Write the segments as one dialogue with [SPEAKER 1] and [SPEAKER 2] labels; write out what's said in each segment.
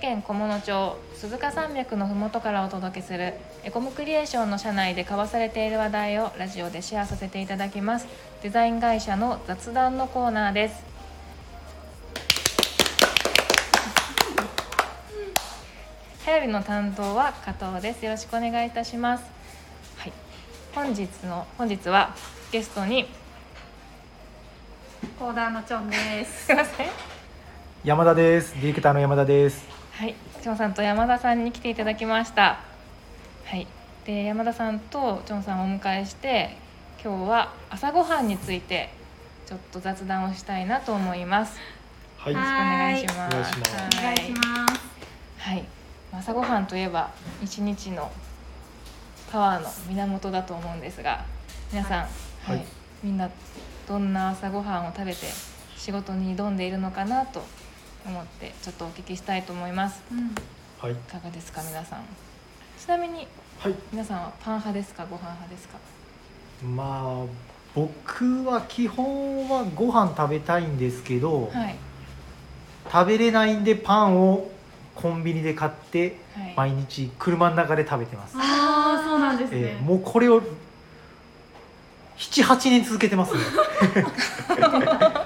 [SPEAKER 1] 県菰野町鈴鹿山脈のふもとからお届けするエコムクリエーションの社内で交わされている話題をラジオでシェアさせていただきますデザイン会社の雑談のコーナーです 早火の担当は加藤ですよろしくお願いいたしますはい本日の本日はゲストに
[SPEAKER 2] コーダーのチョンです。
[SPEAKER 1] すいません
[SPEAKER 3] 山田です。ディレクターの山田です。
[SPEAKER 1] はい、チョンさんと山田さんに来ていただきました。はい、で山田さんとチョンさんをお迎えして、今日は朝ごはんについてちょっと雑談をしたいなと思います。
[SPEAKER 3] はい
[SPEAKER 1] よろしくお
[SPEAKER 2] は
[SPEAKER 1] 願いします。
[SPEAKER 3] は
[SPEAKER 2] お願いします。
[SPEAKER 1] はい、はい朝ごはんといえば一日のパワーの源だと思うんですが、皆さん、は、
[SPEAKER 3] はいい
[SPEAKER 1] みんなどんな朝ごはんを食べて仕事に挑んでいるのかなと思ってちょっとお聞きしたいと思います。
[SPEAKER 2] うん、
[SPEAKER 3] はい。
[SPEAKER 1] いかがですか皆さんちなみに
[SPEAKER 3] はい。
[SPEAKER 1] 皆さんはパン派ですかご飯派ですか
[SPEAKER 3] まあ僕は基本はご飯食べたいんですけど、
[SPEAKER 1] はい
[SPEAKER 3] 食べれないんでパンをコンビニで買って
[SPEAKER 1] はい
[SPEAKER 3] 毎日車の中で食べてます。
[SPEAKER 2] ああ、そうなんです
[SPEAKER 3] え
[SPEAKER 2] ね。
[SPEAKER 3] ーもうこれを七八年続け てますね。は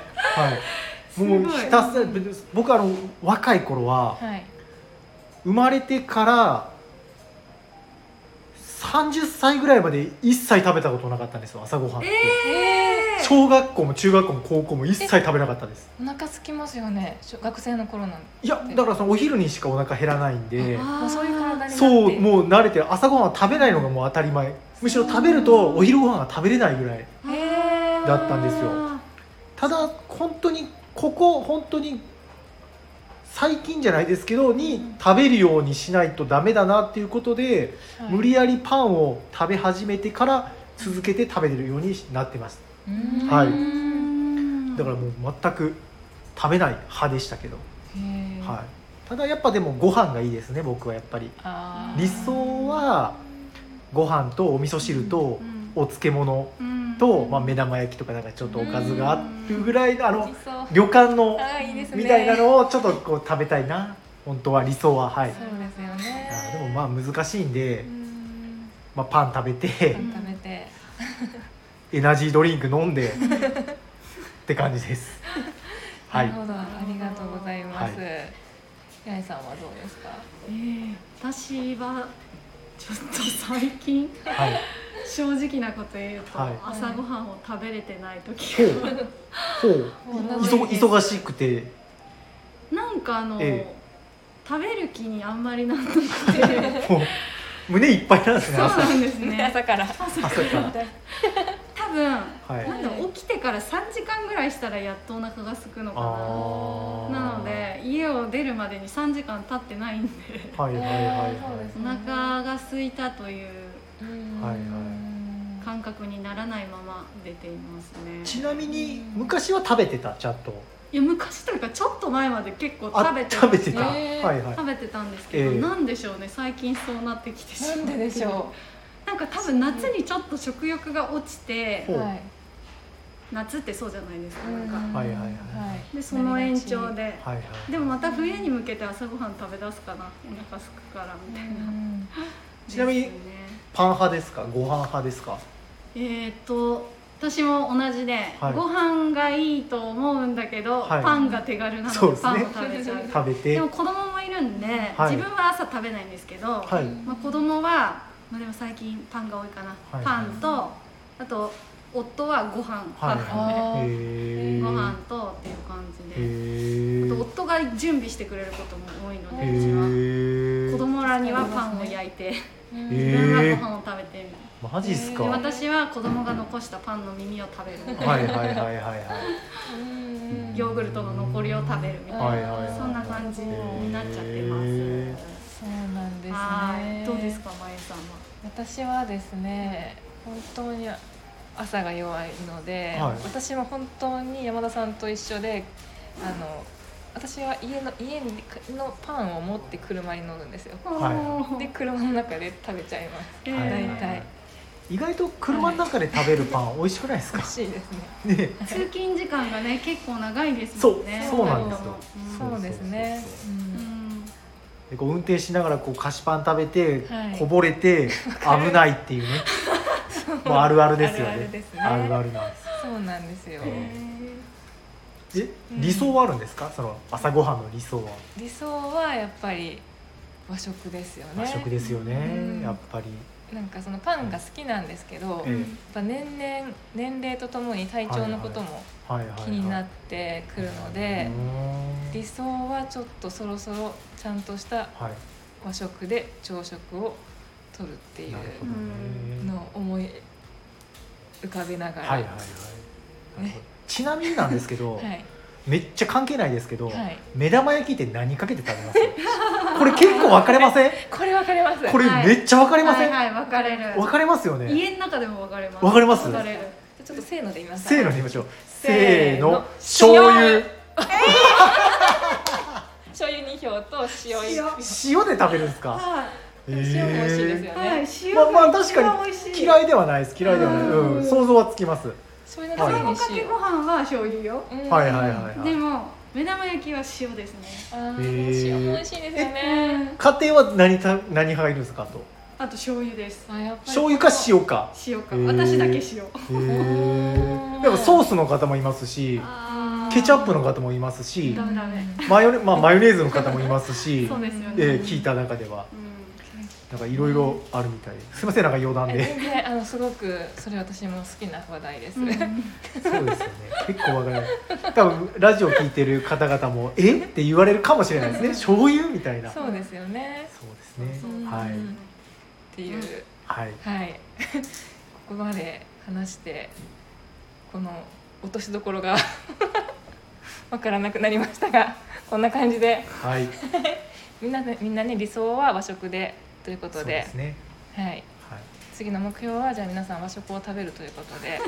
[SPEAKER 3] い。
[SPEAKER 2] す
[SPEAKER 3] もう
[SPEAKER 2] ごい
[SPEAKER 3] ひたすら僕あの若い頃は。
[SPEAKER 1] はい
[SPEAKER 3] 生まれてから30歳ぐらいまで一切食べたことなかったんですよ朝ごはんって、
[SPEAKER 2] ええー。
[SPEAKER 3] 小学校も中学校も高校も一切食べなかったです
[SPEAKER 1] お腹空きますよねしょ学生の頃なの
[SPEAKER 3] いやだからそのお昼にしかお腹減らないんで
[SPEAKER 2] あー
[SPEAKER 1] もうそういう体に
[SPEAKER 3] そう
[SPEAKER 1] う
[SPEAKER 3] もう慣れて朝ごはんは食べないのがもう当たり前むしろ食べるとお昼ごはんが食べれないぐらい
[SPEAKER 2] ええ
[SPEAKER 3] だったんですよただ本当にここ本当に最近じゃないですけどに食べるようにしないとダメだなっていうことで、無理やりパンを食べ始めてから続けて食べれるようになってますはいう
[SPEAKER 2] ーん
[SPEAKER 3] だからもう全く食べない派でしたけど、
[SPEAKER 1] い
[SPEAKER 3] はい、ただやっぱでもご飯がいいですね僕はやっぱり
[SPEAKER 1] あー
[SPEAKER 3] 理想はご飯とお味噌汁と
[SPEAKER 2] うん
[SPEAKER 3] お漬物
[SPEAKER 2] うん
[SPEAKER 3] と、まあ、目玉焼きとかなんかちょっとおかずがあるぐらいのあ
[SPEAKER 1] 理
[SPEAKER 3] の
[SPEAKER 1] 想あ
[SPEAKER 3] 旅館の
[SPEAKER 1] ーいいですね
[SPEAKER 3] みたいなのをちょっとこう食べたいな本当は理想ははい
[SPEAKER 1] そうですよね
[SPEAKER 3] あーでもまあ難しいんで
[SPEAKER 2] う、ん
[SPEAKER 3] まあ、パン食べて
[SPEAKER 1] パン食べて
[SPEAKER 3] エナジードリンク飲んでって感じです。は
[SPEAKER 1] ないる。ほどありがとうございます
[SPEAKER 3] は
[SPEAKER 1] 八重さんはどうですか
[SPEAKER 2] えー私はちょっと最近
[SPEAKER 3] はい。
[SPEAKER 2] 正直なこと言うと、
[SPEAKER 3] はい
[SPEAKER 2] 朝ごはんを食べれてない時
[SPEAKER 3] ほう
[SPEAKER 2] が、。
[SPEAKER 3] ほう。
[SPEAKER 1] 同
[SPEAKER 3] い
[SPEAKER 1] じ
[SPEAKER 3] そ
[SPEAKER 1] です
[SPEAKER 3] 忙しくて。
[SPEAKER 2] なんかあの、
[SPEAKER 3] え
[SPEAKER 2] 食べる気にあんまりなん なくて
[SPEAKER 3] ほう胸いっぱいなんですね。
[SPEAKER 2] そう
[SPEAKER 3] 朝
[SPEAKER 2] なんですね
[SPEAKER 1] 朝から
[SPEAKER 3] 朝から。
[SPEAKER 2] 多分
[SPEAKER 3] はい。
[SPEAKER 2] なんだろう起きてから3時間ぐらいしたらやっとお腹が空くのか
[SPEAKER 3] あ
[SPEAKER 2] な
[SPEAKER 3] あ。
[SPEAKER 2] なの。で家を出るまでに3時間経ってないんで
[SPEAKER 3] はいはいはい
[SPEAKER 1] そうです
[SPEAKER 2] お腹が空いたという
[SPEAKER 3] はいはい
[SPEAKER 1] は
[SPEAKER 2] 感覚にならないまま出ています
[SPEAKER 3] い。
[SPEAKER 2] ね
[SPEAKER 3] ちなみに昔は食べてたちゃんと。
[SPEAKER 2] いや昔というかちょっと前まで結構
[SPEAKER 3] あ
[SPEAKER 2] 食べて
[SPEAKER 3] 食べてた。は
[SPEAKER 1] え
[SPEAKER 3] い
[SPEAKER 1] ー
[SPEAKER 3] はい。
[SPEAKER 2] 食べてたんですけど、
[SPEAKER 3] ええ
[SPEAKER 2] なんでしょうね最近そうなってきてしま
[SPEAKER 1] な
[SPEAKER 2] っ
[SPEAKER 1] ん
[SPEAKER 2] て
[SPEAKER 1] ででしょ
[SPEAKER 2] うなんか多分夏にちょっと食欲が落ちて
[SPEAKER 1] う。
[SPEAKER 3] ほう
[SPEAKER 1] はい。
[SPEAKER 2] 夏ってそうじゃないですかなん
[SPEAKER 1] う
[SPEAKER 2] か
[SPEAKER 1] ん
[SPEAKER 3] はいはいはい
[SPEAKER 2] でその延長。で
[SPEAKER 3] はいはい。
[SPEAKER 2] でもまた冬に向けて朝ごはん食べ出すかなお腹すくからみたいな
[SPEAKER 1] うん
[SPEAKER 3] ちなみに
[SPEAKER 2] ですよね
[SPEAKER 3] パン派ですか、ご飯派ですか。
[SPEAKER 2] えーっと私も同じで、
[SPEAKER 3] はい
[SPEAKER 2] ご飯がいいと思うんだけど、
[SPEAKER 3] はい
[SPEAKER 2] パンが手軽な
[SPEAKER 3] そう
[SPEAKER 2] の
[SPEAKER 3] で
[SPEAKER 2] ですパンを食
[SPEAKER 3] ね
[SPEAKER 2] べちゃうで,、
[SPEAKER 3] 食べて。
[SPEAKER 2] も
[SPEAKER 3] は
[SPEAKER 2] 子供もいるんで、
[SPEAKER 3] は
[SPEAKER 2] 自
[SPEAKER 3] い
[SPEAKER 2] 分は朝食べないんですけど、
[SPEAKER 3] い。
[SPEAKER 2] まあ、子供はまあ、でも最近パンが多いかな、
[SPEAKER 3] はい
[SPEAKER 2] パンとあと夫はご飯
[SPEAKER 3] はい
[SPEAKER 2] パン
[SPEAKER 1] あ
[SPEAKER 3] はい。
[SPEAKER 2] で
[SPEAKER 3] へえ。
[SPEAKER 2] ご飯とっていう感じで、
[SPEAKER 3] へえ
[SPEAKER 2] あと夫が準備してくれることも多いの
[SPEAKER 1] へ
[SPEAKER 2] でうちは
[SPEAKER 3] へえ
[SPEAKER 2] 子供らにはパンを焼いて、
[SPEAKER 1] うん
[SPEAKER 3] え
[SPEAKER 2] 自
[SPEAKER 3] へー
[SPEAKER 2] 分はご飯を食べてみる
[SPEAKER 3] マジっすか、
[SPEAKER 1] え
[SPEAKER 2] で
[SPEAKER 1] ー
[SPEAKER 2] 私は子供が残したパンの耳を食べる
[SPEAKER 3] はいはいはいはいはい
[SPEAKER 1] うん
[SPEAKER 2] ヨーグルトの残りを食べるみたいな、
[SPEAKER 3] はいはいはい
[SPEAKER 2] そんな感じになっちゃってます、
[SPEAKER 3] へ
[SPEAKER 1] そうなんです
[SPEAKER 2] は
[SPEAKER 1] ね。
[SPEAKER 2] いどうです。かまゆさんは
[SPEAKER 1] 私はですね、本当に朝が弱いので、
[SPEAKER 3] はい
[SPEAKER 1] 私も本当に山田さんと一緒で、あの私は家の家のパンを持って車に乗るんですよ。
[SPEAKER 3] はい
[SPEAKER 2] おー
[SPEAKER 1] で車の中で食べちゃいます。
[SPEAKER 2] えー
[SPEAKER 3] はい
[SPEAKER 1] 大体
[SPEAKER 3] 意外と車の中で食べるパン美味しくないです
[SPEAKER 1] 美
[SPEAKER 3] か
[SPEAKER 1] 味しいですね。
[SPEAKER 3] ね
[SPEAKER 2] 通勤時間がね結構長いですもんね
[SPEAKER 3] そうそうなんですよ
[SPEAKER 2] うん
[SPEAKER 1] そうですね。
[SPEAKER 3] そう
[SPEAKER 1] うん
[SPEAKER 2] うん
[SPEAKER 3] でこう運転しながらこう菓子パン食べて、
[SPEAKER 1] はい
[SPEAKER 3] こぼれて危ないっていうねもうあるあるですよね
[SPEAKER 1] あるあるですね
[SPEAKER 3] あるあるなんです
[SPEAKER 1] そうなんですよ、
[SPEAKER 2] え
[SPEAKER 3] ええ
[SPEAKER 1] うん
[SPEAKER 3] 理想はあるんですかその朝ごはんの理想は
[SPEAKER 1] 理想はやっぱり和食ですよね
[SPEAKER 3] 和食ですよね
[SPEAKER 1] うん
[SPEAKER 3] やっぱり
[SPEAKER 1] なんかそのパンが好きなんですけど、
[SPEAKER 3] ええ
[SPEAKER 1] やっぱ年々年齢とともに体調のことも
[SPEAKER 3] はいはい、はい、
[SPEAKER 1] 気になってくるので、
[SPEAKER 3] うーん
[SPEAKER 1] 理想はちょっとそろそろちゃんとした
[SPEAKER 3] はい
[SPEAKER 1] 和食で朝食をとるってい
[SPEAKER 3] なるほ
[SPEAKER 1] う
[SPEAKER 3] どね、
[SPEAKER 1] のを思い浮かべながら
[SPEAKER 3] はいはいはい、なるほどちなみになんですけ ど、
[SPEAKER 1] はい
[SPEAKER 3] めっちゃ関係ないですけど、
[SPEAKER 1] はい
[SPEAKER 3] 目玉焼きって何かけて食べますこれ結構分かれません
[SPEAKER 1] これわかります
[SPEAKER 3] これ
[SPEAKER 2] はい
[SPEAKER 3] めっちゃ分かれません、
[SPEAKER 2] はいはい分かれる
[SPEAKER 3] 分かれますよね
[SPEAKER 2] 家の中でも分かれます
[SPEAKER 3] 分かれます
[SPEAKER 2] 分かれる
[SPEAKER 1] ちょっとせーので言います
[SPEAKER 3] せーので言いましょう
[SPEAKER 1] せ
[SPEAKER 3] せ
[SPEAKER 1] ー
[SPEAKER 3] ー
[SPEAKER 1] の
[SPEAKER 3] の醤油
[SPEAKER 1] 醤油2票と塩入り
[SPEAKER 2] 塩
[SPEAKER 3] 塩で食べるんですか
[SPEAKER 2] は
[SPEAKER 1] 塩も美味しいですよね
[SPEAKER 2] い、、はい、塩
[SPEAKER 3] まあまあ
[SPEAKER 2] が
[SPEAKER 3] 確
[SPEAKER 2] 一番
[SPEAKER 3] か
[SPEAKER 2] 美味しい
[SPEAKER 3] に嫌いではないです嫌いではない、
[SPEAKER 2] うん
[SPEAKER 3] うん想像はつきます、
[SPEAKER 1] 醤油の
[SPEAKER 2] 卵
[SPEAKER 1] 代
[SPEAKER 2] か
[SPEAKER 1] わり
[SPEAKER 2] け
[SPEAKER 1] に
[SPEAKER 2] ご飯は醤油よ
[SPEAKER 1] 塩、うん
[SPEAKER 3] はいはいはいはい
[SPEAKER 2] でも目玉焼きは塩ですね
[SPEAKER 1] あー
[SPEAKER 3] へー
[SPEAKER 1] 塩も美味しいですよ
[SPEAKER 2] う
[SPEAKER 1] ね
[SPEAKER 2] ん
[SPEAKER 3] 家庭は何た何入るんですかと
[SPEAKER 2] あと醤油です
[SPEAKER 1] あやっぱり
[SPEAKER 3] 醤油か塩か
[SPEAKER 2] 塩か
[SPEAKER 3] へー
[SPEAKER 2] 私だけ塩
[SPEAKER 3] へえでもソースの方もいますし
[SPEAKER 2] あ
[SPEAKER 3] ケチャップの方もいますし
[SPEAKER 2] ダメダメ
[SPEAKER 3] マヨネ、まあ、マヨネーズの方もいますし
[SPEAKER 2] そうですよね、
[SPEAKER 3] えー聞いた中ではなんかいろいろあるみたいですすいませんなんか余談
[SPEAKER 1] え
[SPEAKER 3] で
[SPEAKER 1] 全然あのすごくそれ私も好きな話題です、
[SPEAKER 2] うん、 うん
[SPEAKER 3] そうですよね 結構わかる多分ラジオ聞いてる方々も「えっ?」て言われるかもしれないですね醤油みたいなそう
[SPEAKER 1] そうですよね
[SPEAKER 3] ですね
[SPEAKER 2] そう
[SPEAKER 3] は
[SPEAKER 1] う
[SPEAKER 3] い
[SPEAKER 1] んっていう、
[SPEAKER 3] はい
[SPEAKER 1] はい ここまで話してこの落としどころが わからなくなりましたがこんな感じで
[SPEAKER 3] はい
[SPEAKER 1] みんなねみんなね理想は和食でというこ
[SPEAKER 3] そ
[SPEAKER 1] と
[SPEAKER 3] う
[SPEAKER 1] で
[SPEAKER 3] ですね
[SPEAKER 1] はい、
[SPEAKER 3] はい
[SPEAKER 1] 次の目標はじゃあ皆さん和食を食べるということで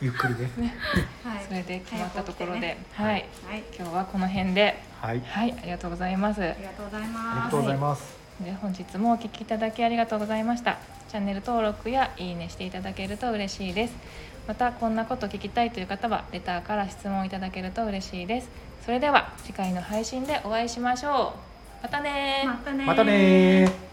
[SPEAKER 3] ゆっくりね
[SPEAKER 2] はい
[SPEAKER 1] それで決まったところで、は
[SPEAKER 3] はいい
[SPEAKER 2] はい
[SPEAKER 1] 今日はこの辺で
[SPEAKER 3] はい
[SPEAKER 1] はいありがとうございます
[SPEAKER 2] ありがとうござい
[SPEAKER 3] ありが
[SPEAKER 2] ます
[SPEAKER 3] とうございます
[SPEAKER 1] で本日もお聞きいただきありがとうございましたチャンネル登録やいいねしていただけると嬉しいですまたこんなこと聞きたいという方はレターから質問いただけると嬉しいですそれでは次回の配信でお会いしましょうまたねー
[SPEAKER 2] またねー
[SPEAKER 3] またねー